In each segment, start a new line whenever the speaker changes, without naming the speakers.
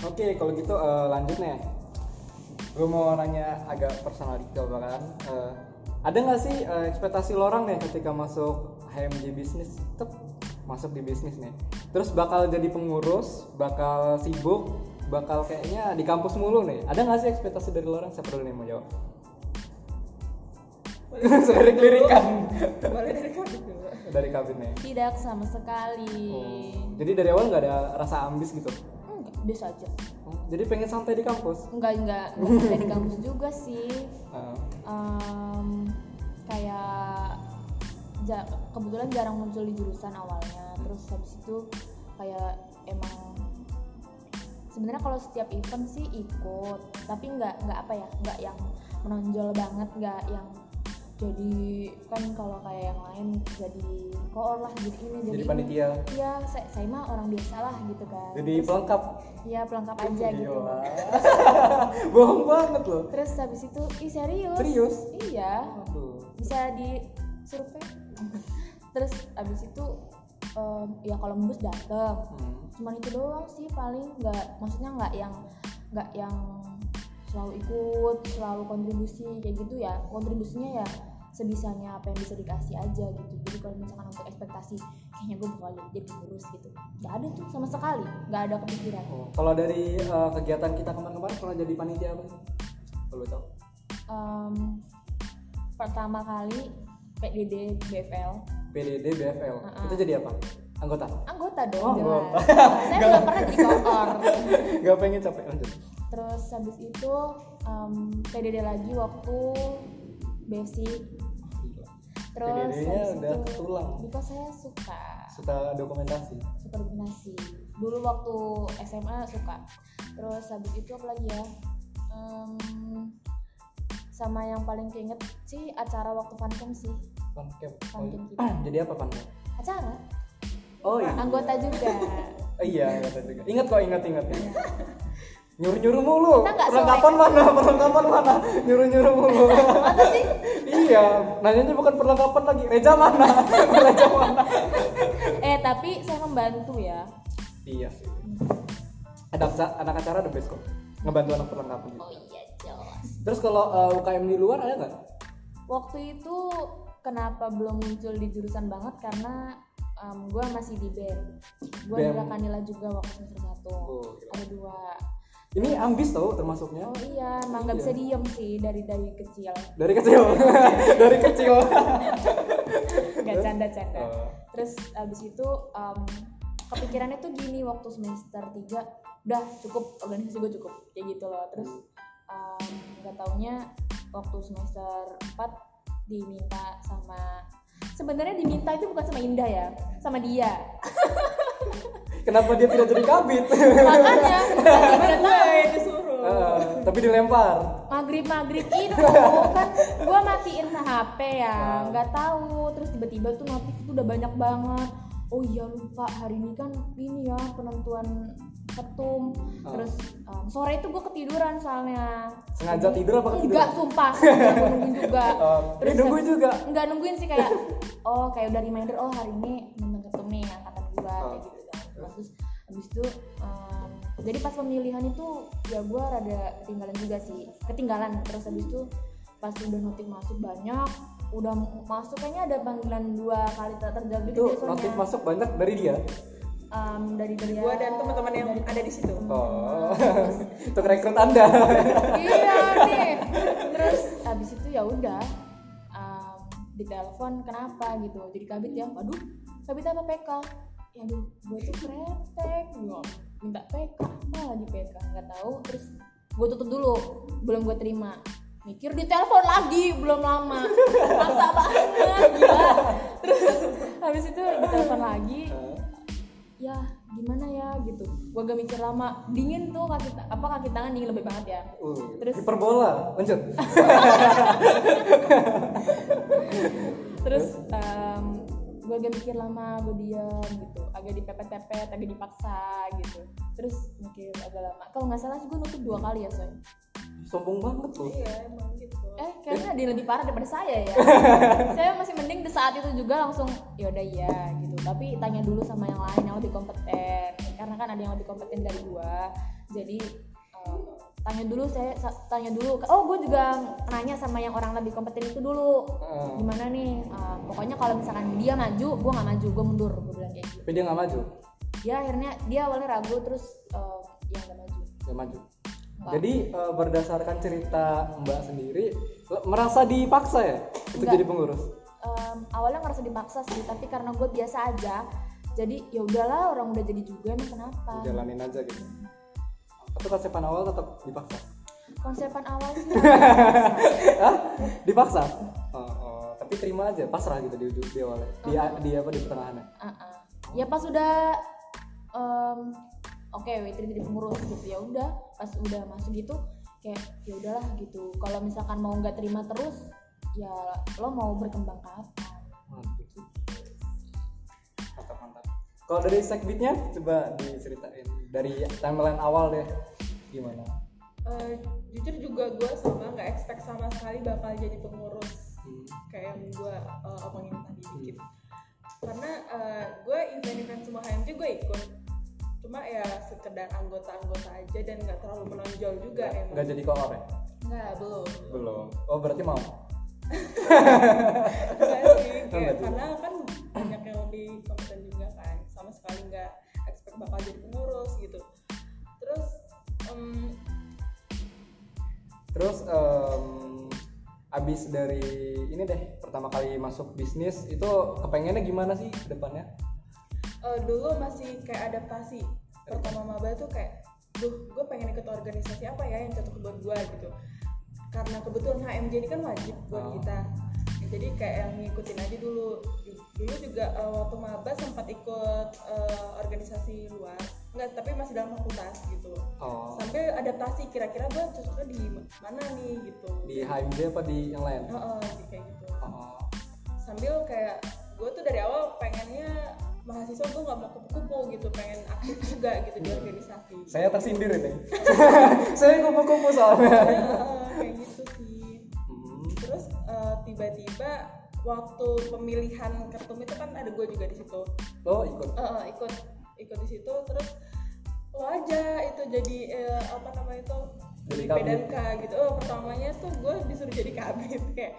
Oke, kalau gitu eh, lanjut nih. Gue mau nanya agak personal dikit kalau kan. ada nggak sih eh, ekspektasi lo orang nih ketika masuk HMJ bisnis? Tep, masuk di bisnis nih. Terus bakal jadi pengurus, bakal sibuk, bakal kayaknya di kampus mulu nih. Ada nggak sih ekspektasi dari lo orang? Siapa dulu nih yang mau jawab? Sorry, kelirikan.
Boleh dari kamu dulu.
dari kabinnya.
Tidak sama sekali.
Jadi dari awal nggak ada rasa ambis gitu.
Enggak, biasa aja.
Oh.
Jadi pengen santai di kampus.
Enggak, enggak, enggak sampai di kampus juga sih.
Heeh.
Em, kayak ja- kebetulan jarang muncul di jurusan awalnya. Terus habis itu kayak emang sebenarnya kalau setiap event sih ikut, tapi nggak nggak apa ya, nggak yang menonjol banget, nggak yang jadi kan kalau kayak yang lain jadi koor lah jadi ini jadi,
jadi
ini.
panitia.
Iya, saya, saya mah orang biasa lah gitu kan.
Jadi
Terus-
pelengkap.
Iya, pelengkap aja gitu.
Gila. Bohong banget loh.
Terus habis itu, ih serius.
Serius?
Iya,
Aduh.
bisa di survei. Terus habis itu em, ya kalau membus dateng.
Hmm.
Cuman itu doang sih paling nggak maksudnya nggak yang nggak yang selalu ikut, selalu kontribusi kayak gitu ya. Kontribusinya ya sebisanya apa yang bisa dikasih aja gitu jadi kalau misalkan untuk ekspektasi kayaknya gue bakal jadi pengurus gitu nggak ada tuh sama sekali nggak ada kepikiran
Oh, Kalau dari eh, kegiatan kita kemarin-kemarin pernah jadi panitia apa sih? Kalau tahu.
Em, pertama kali PDD BFL
PDD BFL.
Heeh.
Itu jadi apa? Anggota.
anggota
Oh,
dong jelas
anggota.
saya belum pernah jadi koor
Gak pengen capek lanjut.
terus habis itu em, PDD lagi waktu BFC
Gila.
terus
PDD-nya
habis
udah
itu-
ketulang.
because saya suka
Serta dokumentasi.
suka dominasi dulu waktu SMA suka terus habis itu apa lagi ya Em, sama yang paling keinget sih acara waktu fancam sih
Pancam.
Pancam kita.
Jadi apa pancam?
acara
Oh iya.
anggota juga
Oh, iya, anggota juga. Ingat kok, ingat, ingat. ingat. Nyuruh-nyuruh mulu.
Kita nggak
Perlengkapan mana? Perlengkapan mana? Nyuruh-nyuruh mulu.
Masa sih?
iya, nanyanya bukan perlengkapan lagi. Reja mana? Reja mana?
Eh tapi saya membantu ya.
iya sih. Ada aksa- anak acara the best kok. Ngebantu anak perlengkapan gitu.
iya jelas.
Terus kalau eh, UKM di luar ada nggak?
Waktu itu kenapa belum muncul di jurusan banget karena em, gua masih di BEM. Gua di
BEM.
Rakanila juga waktu semester satu.
Oh, gila.
Ada dua.
Ini ambis tau termasuknya.
Oh iya, emang
Iya.
nggak bisa diem sih dari dari kecil.
Dari kecil. Dari kecil.
Gak canda-canda.
Oh.
Terus abis itu em, kepikirannya tuh gini waktu semester 3 udah cukup organisasi gue cukup kayak gitu loh. Terus em, nggak taunya waktu semester 4 diminta sama sebenarnya diminta itu bukan sama Indah ya, sama dia.
Kenapa dia tidak jadi kabit?
Makanya tadi nggak tahu.
Saya disuruh.
Eh, tapi dilempar.
maghrib maghrib itu kan gue matiin HP ya nggak tahu terus tiba-tiba tuh notif tuh udah banyak banget oh iya lupa hari ini kan ini ya penentuan ketum
Ah.
terus um, sore itu gue ketiduran soalnya
Sengaja tidur apa ketiduran?
enggak sumpah gue nungguin juga
Oh, eh, nungguin juga?
enggak nungguin sih kayak oh kayak udah reminder oh hari ini penentuan ketum nih angkatan gue
Ah.
kayak gitu kan terus habis itu em, jadi pas pemilihan itu ya gue rada ketinggalan juga sih ketinggalan terus habis itu pas udah notif masuk banyak udah m- masuk kayaknya ada panggilan dua kali ter- terjawab gitu
itu
biasanya.
notif masuk banyak dari dia
Em, dari dari
Gua dan teman-teman yang ada di situ.
oh untuk rekrut anda
iya nih terus habis itu ya udah em, ditelepon kenapa gitu jadi kabit ya aduh kabit apa PK ya aduh gue tuh kretek gua minta PK apa lagi PK nggak tahu terus gue tutup dulu belum gue terima mikir ditelepon lagi belum lama maksa banget gila terus habis itu ditelepon lagi ya gimana ya gitu gue gak mikir lama dingin tuh kaki ta- apa kaki tangan dingin lebih banget ya
uh,
Terus?
kiper bola lanjut
terus gue agak mikir lama gue diam gitu agak dipepet-pepet agak dipaksa gitu terus mikir agak lama kalau nggak salah sih gue nutup dua kali ya soalnya
sombong banget loh
Iya, emang gitu.
eh kayaknya dia lebih parah daripada saya ya saya masih mending iya," di saat itu juga langsung yaudah ya gitu tapi tanya dulu sama yang lain yang lebih kompeten karena kan ada yang lebih kompeten dari gua jadi eh, tanya dulu saya sa- tanya dulu oh gua juga nanya sama yang orang lebih kompeten itu dulu
Eh,
gimana nih eh, pokoknya kalau misalkan dia maju gua nggak maju gua mundur gua bilang kayak gitu
tapi dia nggak maju
dia akhirnya dia awalnya ragu terus eh, yang nggak maju
nggak maju
Nggak.
jadi eh, berdasarkan cerita mbak sendiri lo- merasa dipaksa ya untuk
Nggak.
jadi pengurus
Em, awalnya ngerasa dipaksa sih tapi karena gue biasa aja jadi ya udahlah orang udah jadi juga emang
Ah.
kenapa
jalanin aja gitu tapi konsepan awal tetap dipaksa
konsepan awal sih
Hah? dipaksa oh, oh. tapi terima aja pasrah gitu di ujung di awalnya di, di apa di pertengahannya
Uh-uh. ya pas udah em, oke Witri jadi pengurus gitu ya udah pas udah masuk gitu kayak ya udahlah gitu kalau misalkan mau nggak terima terus ya lo mau berkembang ke apa
mantap mantap kalau dari segbitnya coba diceritain dari timeline awal deh gimana
Eh, jujur juga gue sama nggak expect sama sekali bakal jadi pengurus
Hmm.
kayak yang gue omongin tadi dikit karena gue event-event semua HMJ gue ikut cuma ya sekedar anggota-anggota aja dan nggak terlalu menonjol juga emang
nggak jadi koor ya
nggak belum
belum oh berarti mau
Nggak sih kayak, karena kan banyak yang lebih kompeten juga kan sama sekali nggak expect bakal jadi pengurus gitu terus em,
terus em, abis dari ini deh pertama kali masuk bisnis itu kepengennya gimana sih ke depannya
eh, dulu masih kayak adaptasi pertama maba tuh kayak duh gue pengen ikut organisasi apa ya yang cocok buat gue gitu karena kebetulan HMJ ini kan wajib buat
Oh.
kita Ya, jadi kayak yang ngikutin aja dulu dulu juga eh, waktu maba sempat ikut eh, organisasi luar enggak tapi masih dalam fakultas gitu
oh
sambil adaptasi kira-kira gue cocoknya di mana nih gitu
di HMD apa di yang lain
Heeh, di kayak gitu
oh
sambil kayak gue tuh dari awal pengennya mahasiswa gue nggak mau kupu-kupu gitu pengen aktif juga gitu di organisasi
saya tersindir ini saya kupu-kupu soalnya
Heeh, kayak gitu sih
Hmm.
terus eh, tiba-tiba waktu pemilihan ketum itu kan ada gue juga di situ
lo ikut
Heeh, ikut ikut di situ terus lo aja itu jadi eh, apa namanya itu
Jadi
jadi
kabit.
PDMK gitu oh pertamanya tuh gue disuruh jadi kabit kayak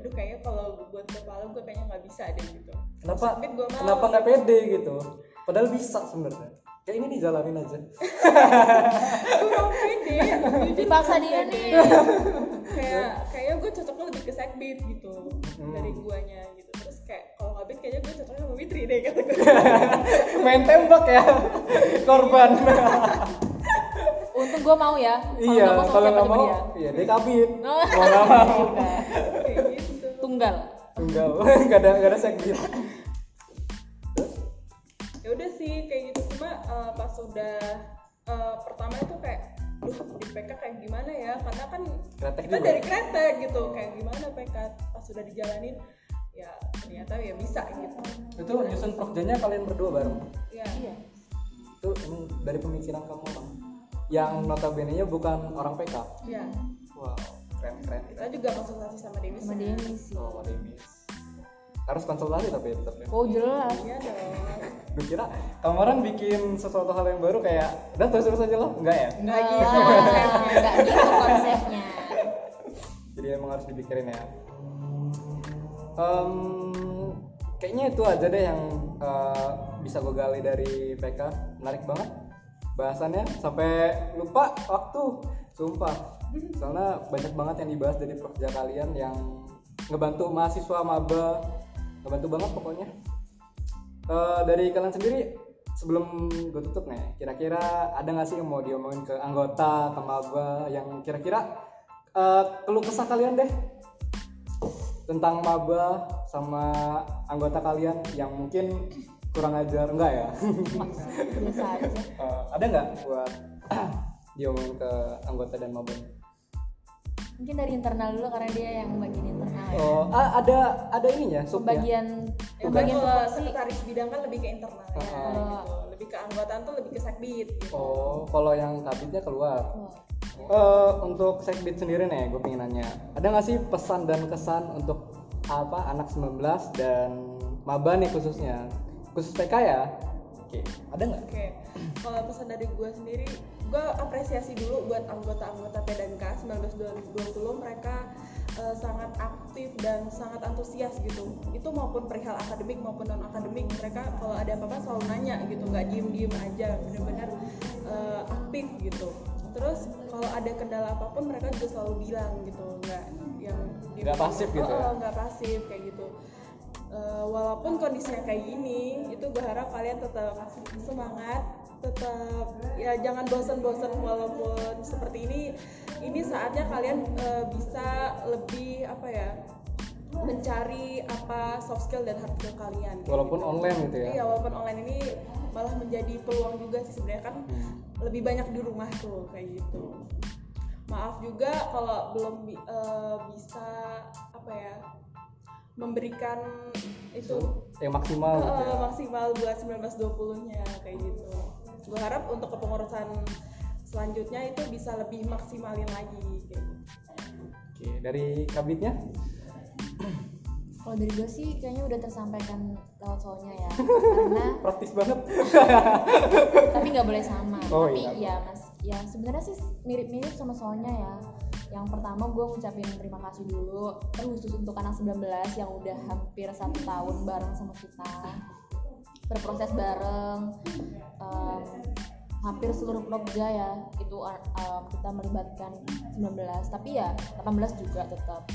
aduh kayaknya kalau buat kepala gue kayaknya nggak bisa deh gitu
kenapa
Tapi gua mau.
kenapa nggak pede gitu padahal bisa sebenarnya kayak ini dijalanin aja
gue kurang pede jujur
dipaksa
kurang
dia
pede.
nih
kayak kayaknya gue cocoknya lebih ke sekbit gitu
Hmm.
dari guanya gitu terus kayak kalau kabit kayaknya gue cocoknya sama Witri deh gitu. kata gue
main tembak ya korban
untung gue mau ya
iya
nggak
kalau
sama
nggak mau
siapa
iya dia kabin
dia.
mau nggak mau
kayak gitu
Iya. tunggal
tunggal nggak ada nggak ada segmen
ya udah sih kayak gitu cuma eh, pas udah eh, pertama itu kayak duh di PK kayak gimana ya karena kan
Kretek
kita
juga.
dari kereta gitu kayak gimana PK pas sudah dijalanin ya ternyata ya bisa gitu
itu nyusun prokjanya kalian berdua bareng
ya
iya
itu emang dari pemikiran kamu bang yang notabene nya bukan orang PK
ya
wow keren keren
kita juga konsultasi sama Dewi
sama dia sih
oh Demis harus konsultasi tapi ya tetap ya
oh jelas
Iya dong.
gue kira kamu orang bikin sesuatu hal yang baru kayak udah terus terus aja lah enggak ya
Nggak
Nggak,
gitu konsepnya.
nggak gitu konsepnya
jadi emang harus dipikirin ya Em, kayaknya itu aja deh yang eh, bisa gue gali dari PK menarik banget bahasannya sampai lupa waktu sumpah soalnya banyak banget yang dibahas dari pekerja kalian yang ngebantu mahasiswa maba ngebantu banget pokoknya Eh, dari kalian sendiri sebelum gue tutup nih kira-kira ada nggak sih yang mau diomongin ke anggota ke maba yang kira-kira eh, keluh kesah kalian deh tentang maba sama anggota kalian yang mungkin kurang ajar enggak ya
biasa aja
Eh, ada nggak buat diomongin ke anggota dan maba
mungkin dari internal dulu karena dia yang bagian internal ya
oh ah, ada ada ininya subnya
pembagian
Ya,
pembagian
kalau
tupoksi
sekretaris bidang kan lebih ke internal ya,
Heeh.
gitu. lebih ke anggotaan tuh lebih ke sakbit gitu.
oh kalau yang kabitnya keluar
Wah,
Eh, untuk Sekbit sendiri nih, gue pengen nanya, ada nggak sih pesan dan kesan untuk apa anak 19 dan maba nih khususnya, khusus PK ya, Oke, ada nggak?
Oke, kalau pesan dari gue sendiri, gue apresiasi dulu buat anggota-anggota PDNK 1920 mereka eh, sangat aktif dan sangat antusias gitu. Itu maupun perihal akademik maupun non akademik mereka kalau ada apa-apa selalu nanya gitu, nggak diem-diem aja, benar-benar eh, aktif gitu. Terus kalau ada kendala apapun mereka juga selalu bilang gitu, nggak yang diem-
Nggak pasif gitu ya?
Oh, nggak pasif kayak gitu Eh, walaupun kondisinya kayak gini itu gue harap kalian tetap semangat tetap ya jangan bosan-bosan walaupun seperti ini ini saatnya kalian eh, bisa lebih apa ya mencari apa soft skill dan hard skill kalian
Walaupun online gitu ya.
Iya, walaupun online ini malah menjadi peluang juga sih sebenarnya kan
Hmm.
lebih banyak di rumah tuh kayak gitu. Maaf juga kalau belum bi- eh, bisa apa ya memberikan itu
Yang maksimal gitu
eh,
ya.
maksimal buat 1920-nya kayak gitu. Gue harap untuk kepengurusan selanjutnya itu bisa lebih maksimalin lagi kayak gitu.
Oke, dari kabitnya?
Kalau dari gue sih kayaknya udah tersampaikan lewat soalnya ya. Karena
Praktis banget.
tapi nggak boleh sama.
Oh,
tapi
iya.
ya mas, ya sebenarnya sih mirip-mirip sama soalnya ya. Yang pertama gue ngucapin terima kasih dulu terkhusus untuk anak 19 yang udah hampir satu tahun bareng sama kita berproses bareng em, hampir seluruh Jogja ya itu em, kita melibatkan 19 tapi ya 18 juga tetap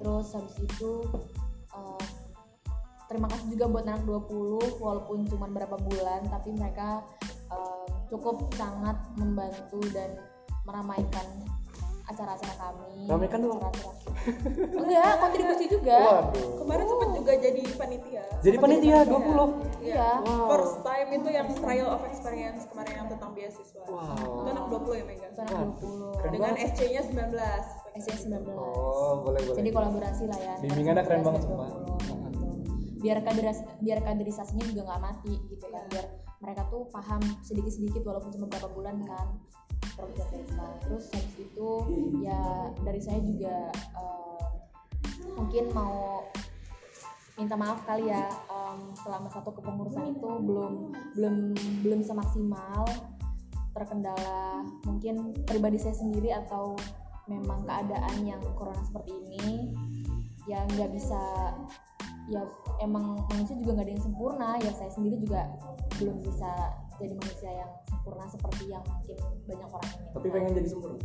terus habis itu em, terima kasih juga buat anak 20 walaupun cuma berapa bulan tapi mereka eh, cukup sangat membantu dan meramaikan acara-acara kami
Ramaikan dong.
acara-acara enggak kontribusi juga
Waduh.
Kemarin sempat juga jadi panitia.
Oh. Jadi panitia
panitia.
20.
iya
Wow.
First time itu yang trial of experience kemarin yang tentang beasiswa. Itu
Wow.
anak 20 ya Mega.
itu anak
Waduh,
20
Nah, keren
Dengan
banget.
SC-nya 19.
SC 19
Oh, boleh boleh.
jadi kolaborasi lah ya
Bimbingannya keren banget semua.
19, gitu. biar kaderas- biar kaderisasinya juga nggak mati gitu kan biar mereka tuh paham sedikit sedikit walaupun cuma beberapa bulan kan program desa terus habis itu ya dari saya juga eh, mungkin mau minta maaf kali ya em, selama satu kepengurusan itu belum belum belum semaksimal terkendala mungkin pribadi saya sendiri atau memang keadaan yang corona seperti ini ya nggak bisa ya emang manusia juga nggak ada yang sempurna ya saya sendiri juga belum bisa jadi manusia yang sempurna seperti yang mungkin banyak orang ingin
Tapi pengen jadi sempurna.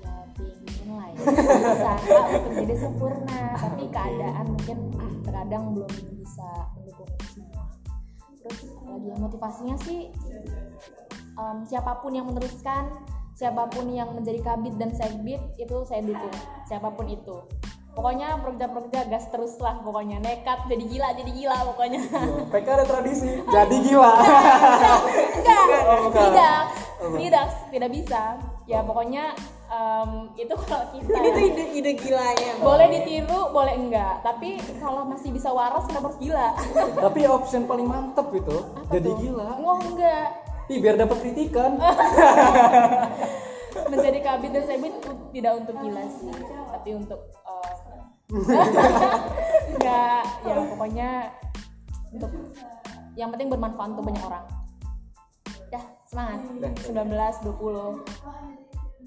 ya pingin lah ya usaha untuk jadi sempurna tapi keadaan mungkin ah, terkadang belum bisa mendukung itu semua terus lagi yang motivasinya sih em, siapapun yang meneruskan siapapun yang menjadi kabit dan sekbid itu saya dukung siapapun itu pokoknya prokerja-prokerja gas terus lah pokoknya nekat jadi gila jadi gila pokoknya
PK ada tradisi. Jadi gila.
Iya.
enggak
Oh, bukan.
tidak
Oh.
tidak tidak bisa ya pokoknya em, itu kalau
Ini tuh
kita
ide, ide gilanya.
boleh ditiru boleh enggak tapi kalau masih bisa waras kenapa harus gila
Tapi option paling mantep itu
Apa
jadi
tuh?
gila.
oh enggak
Ih, biar dapat kritikan.
menjadi kabit dan sebit u- tidak untuk gila sih tapi untuk eh, enggak ya pokoknya untuk yang penting bermanfaat untuk banyak orang dah semangat 19 20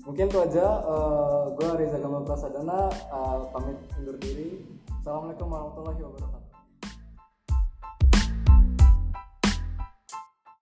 Mungkin itu aja. Eh, gua Reza Gamal Prasadana eh, pamit undur diri. Assalamualaikum warahmatullahi wabarakatuh.